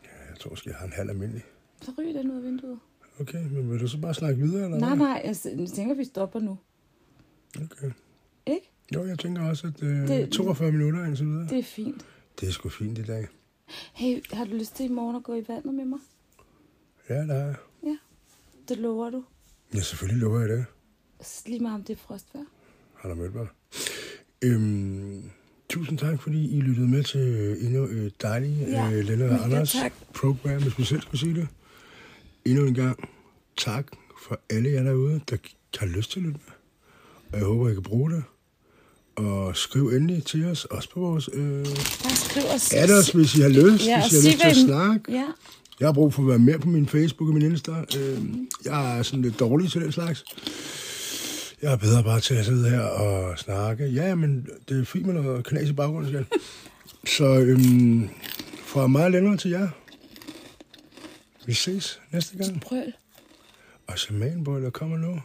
Ja, jeg tror måske, jeg har en halv almindelig.
Så ryg den ud af vinduet.
Okay, men vil du så bare snakke videre, eller
Nej,
hvad?
nej, jeg s- jeg tænker, vi stopper nu.
Okay.
Ikke?
Jo, jeg tænker også, at øh,
Det-
det, 42 minutter indtil videre. Det,
Det er fint.
det er sgu fint i dag.
Hey, har du lyst til i morgen at gå i vandet med mig?
Ja, der er.
Ja, det lover du.
Ja, selvfølgelig lover jeg det.
Så Lige meget om det er frostvær.
Har du mødt mig? Øhm, tusind tak, fordi I lyttede med til øh, endnu et dejligt
Ja,
ja, øh, Lennart
mega
og Anders
tak.
program, hvis man selv skulle sige det. Endnu en gang, tak for alle jer derude, der har lyst til at lytte med. Og jeg håber, I kan bruge det. Og skriv endelig til os, også på vores øh,
Bare skriv og sig.
adders, hvis I har lyst,
Ja,
ja,
og
hvis I har
sig,
lyst til at
hvad I-
snakke.
Ja,
Jeg har brug for at være mere på min Facebook og min Insta. Øh, jeg er sådan lidt dårlig til den slags. Jeg er bedre bare til at sidde her og snakke. Ja, men det er fint med noget knas i baggrunden, skal. Så øhm, fra mig og Lennart til jer. Vi ses næste gang.
prøl.
Og shamanboy, der kommer nu.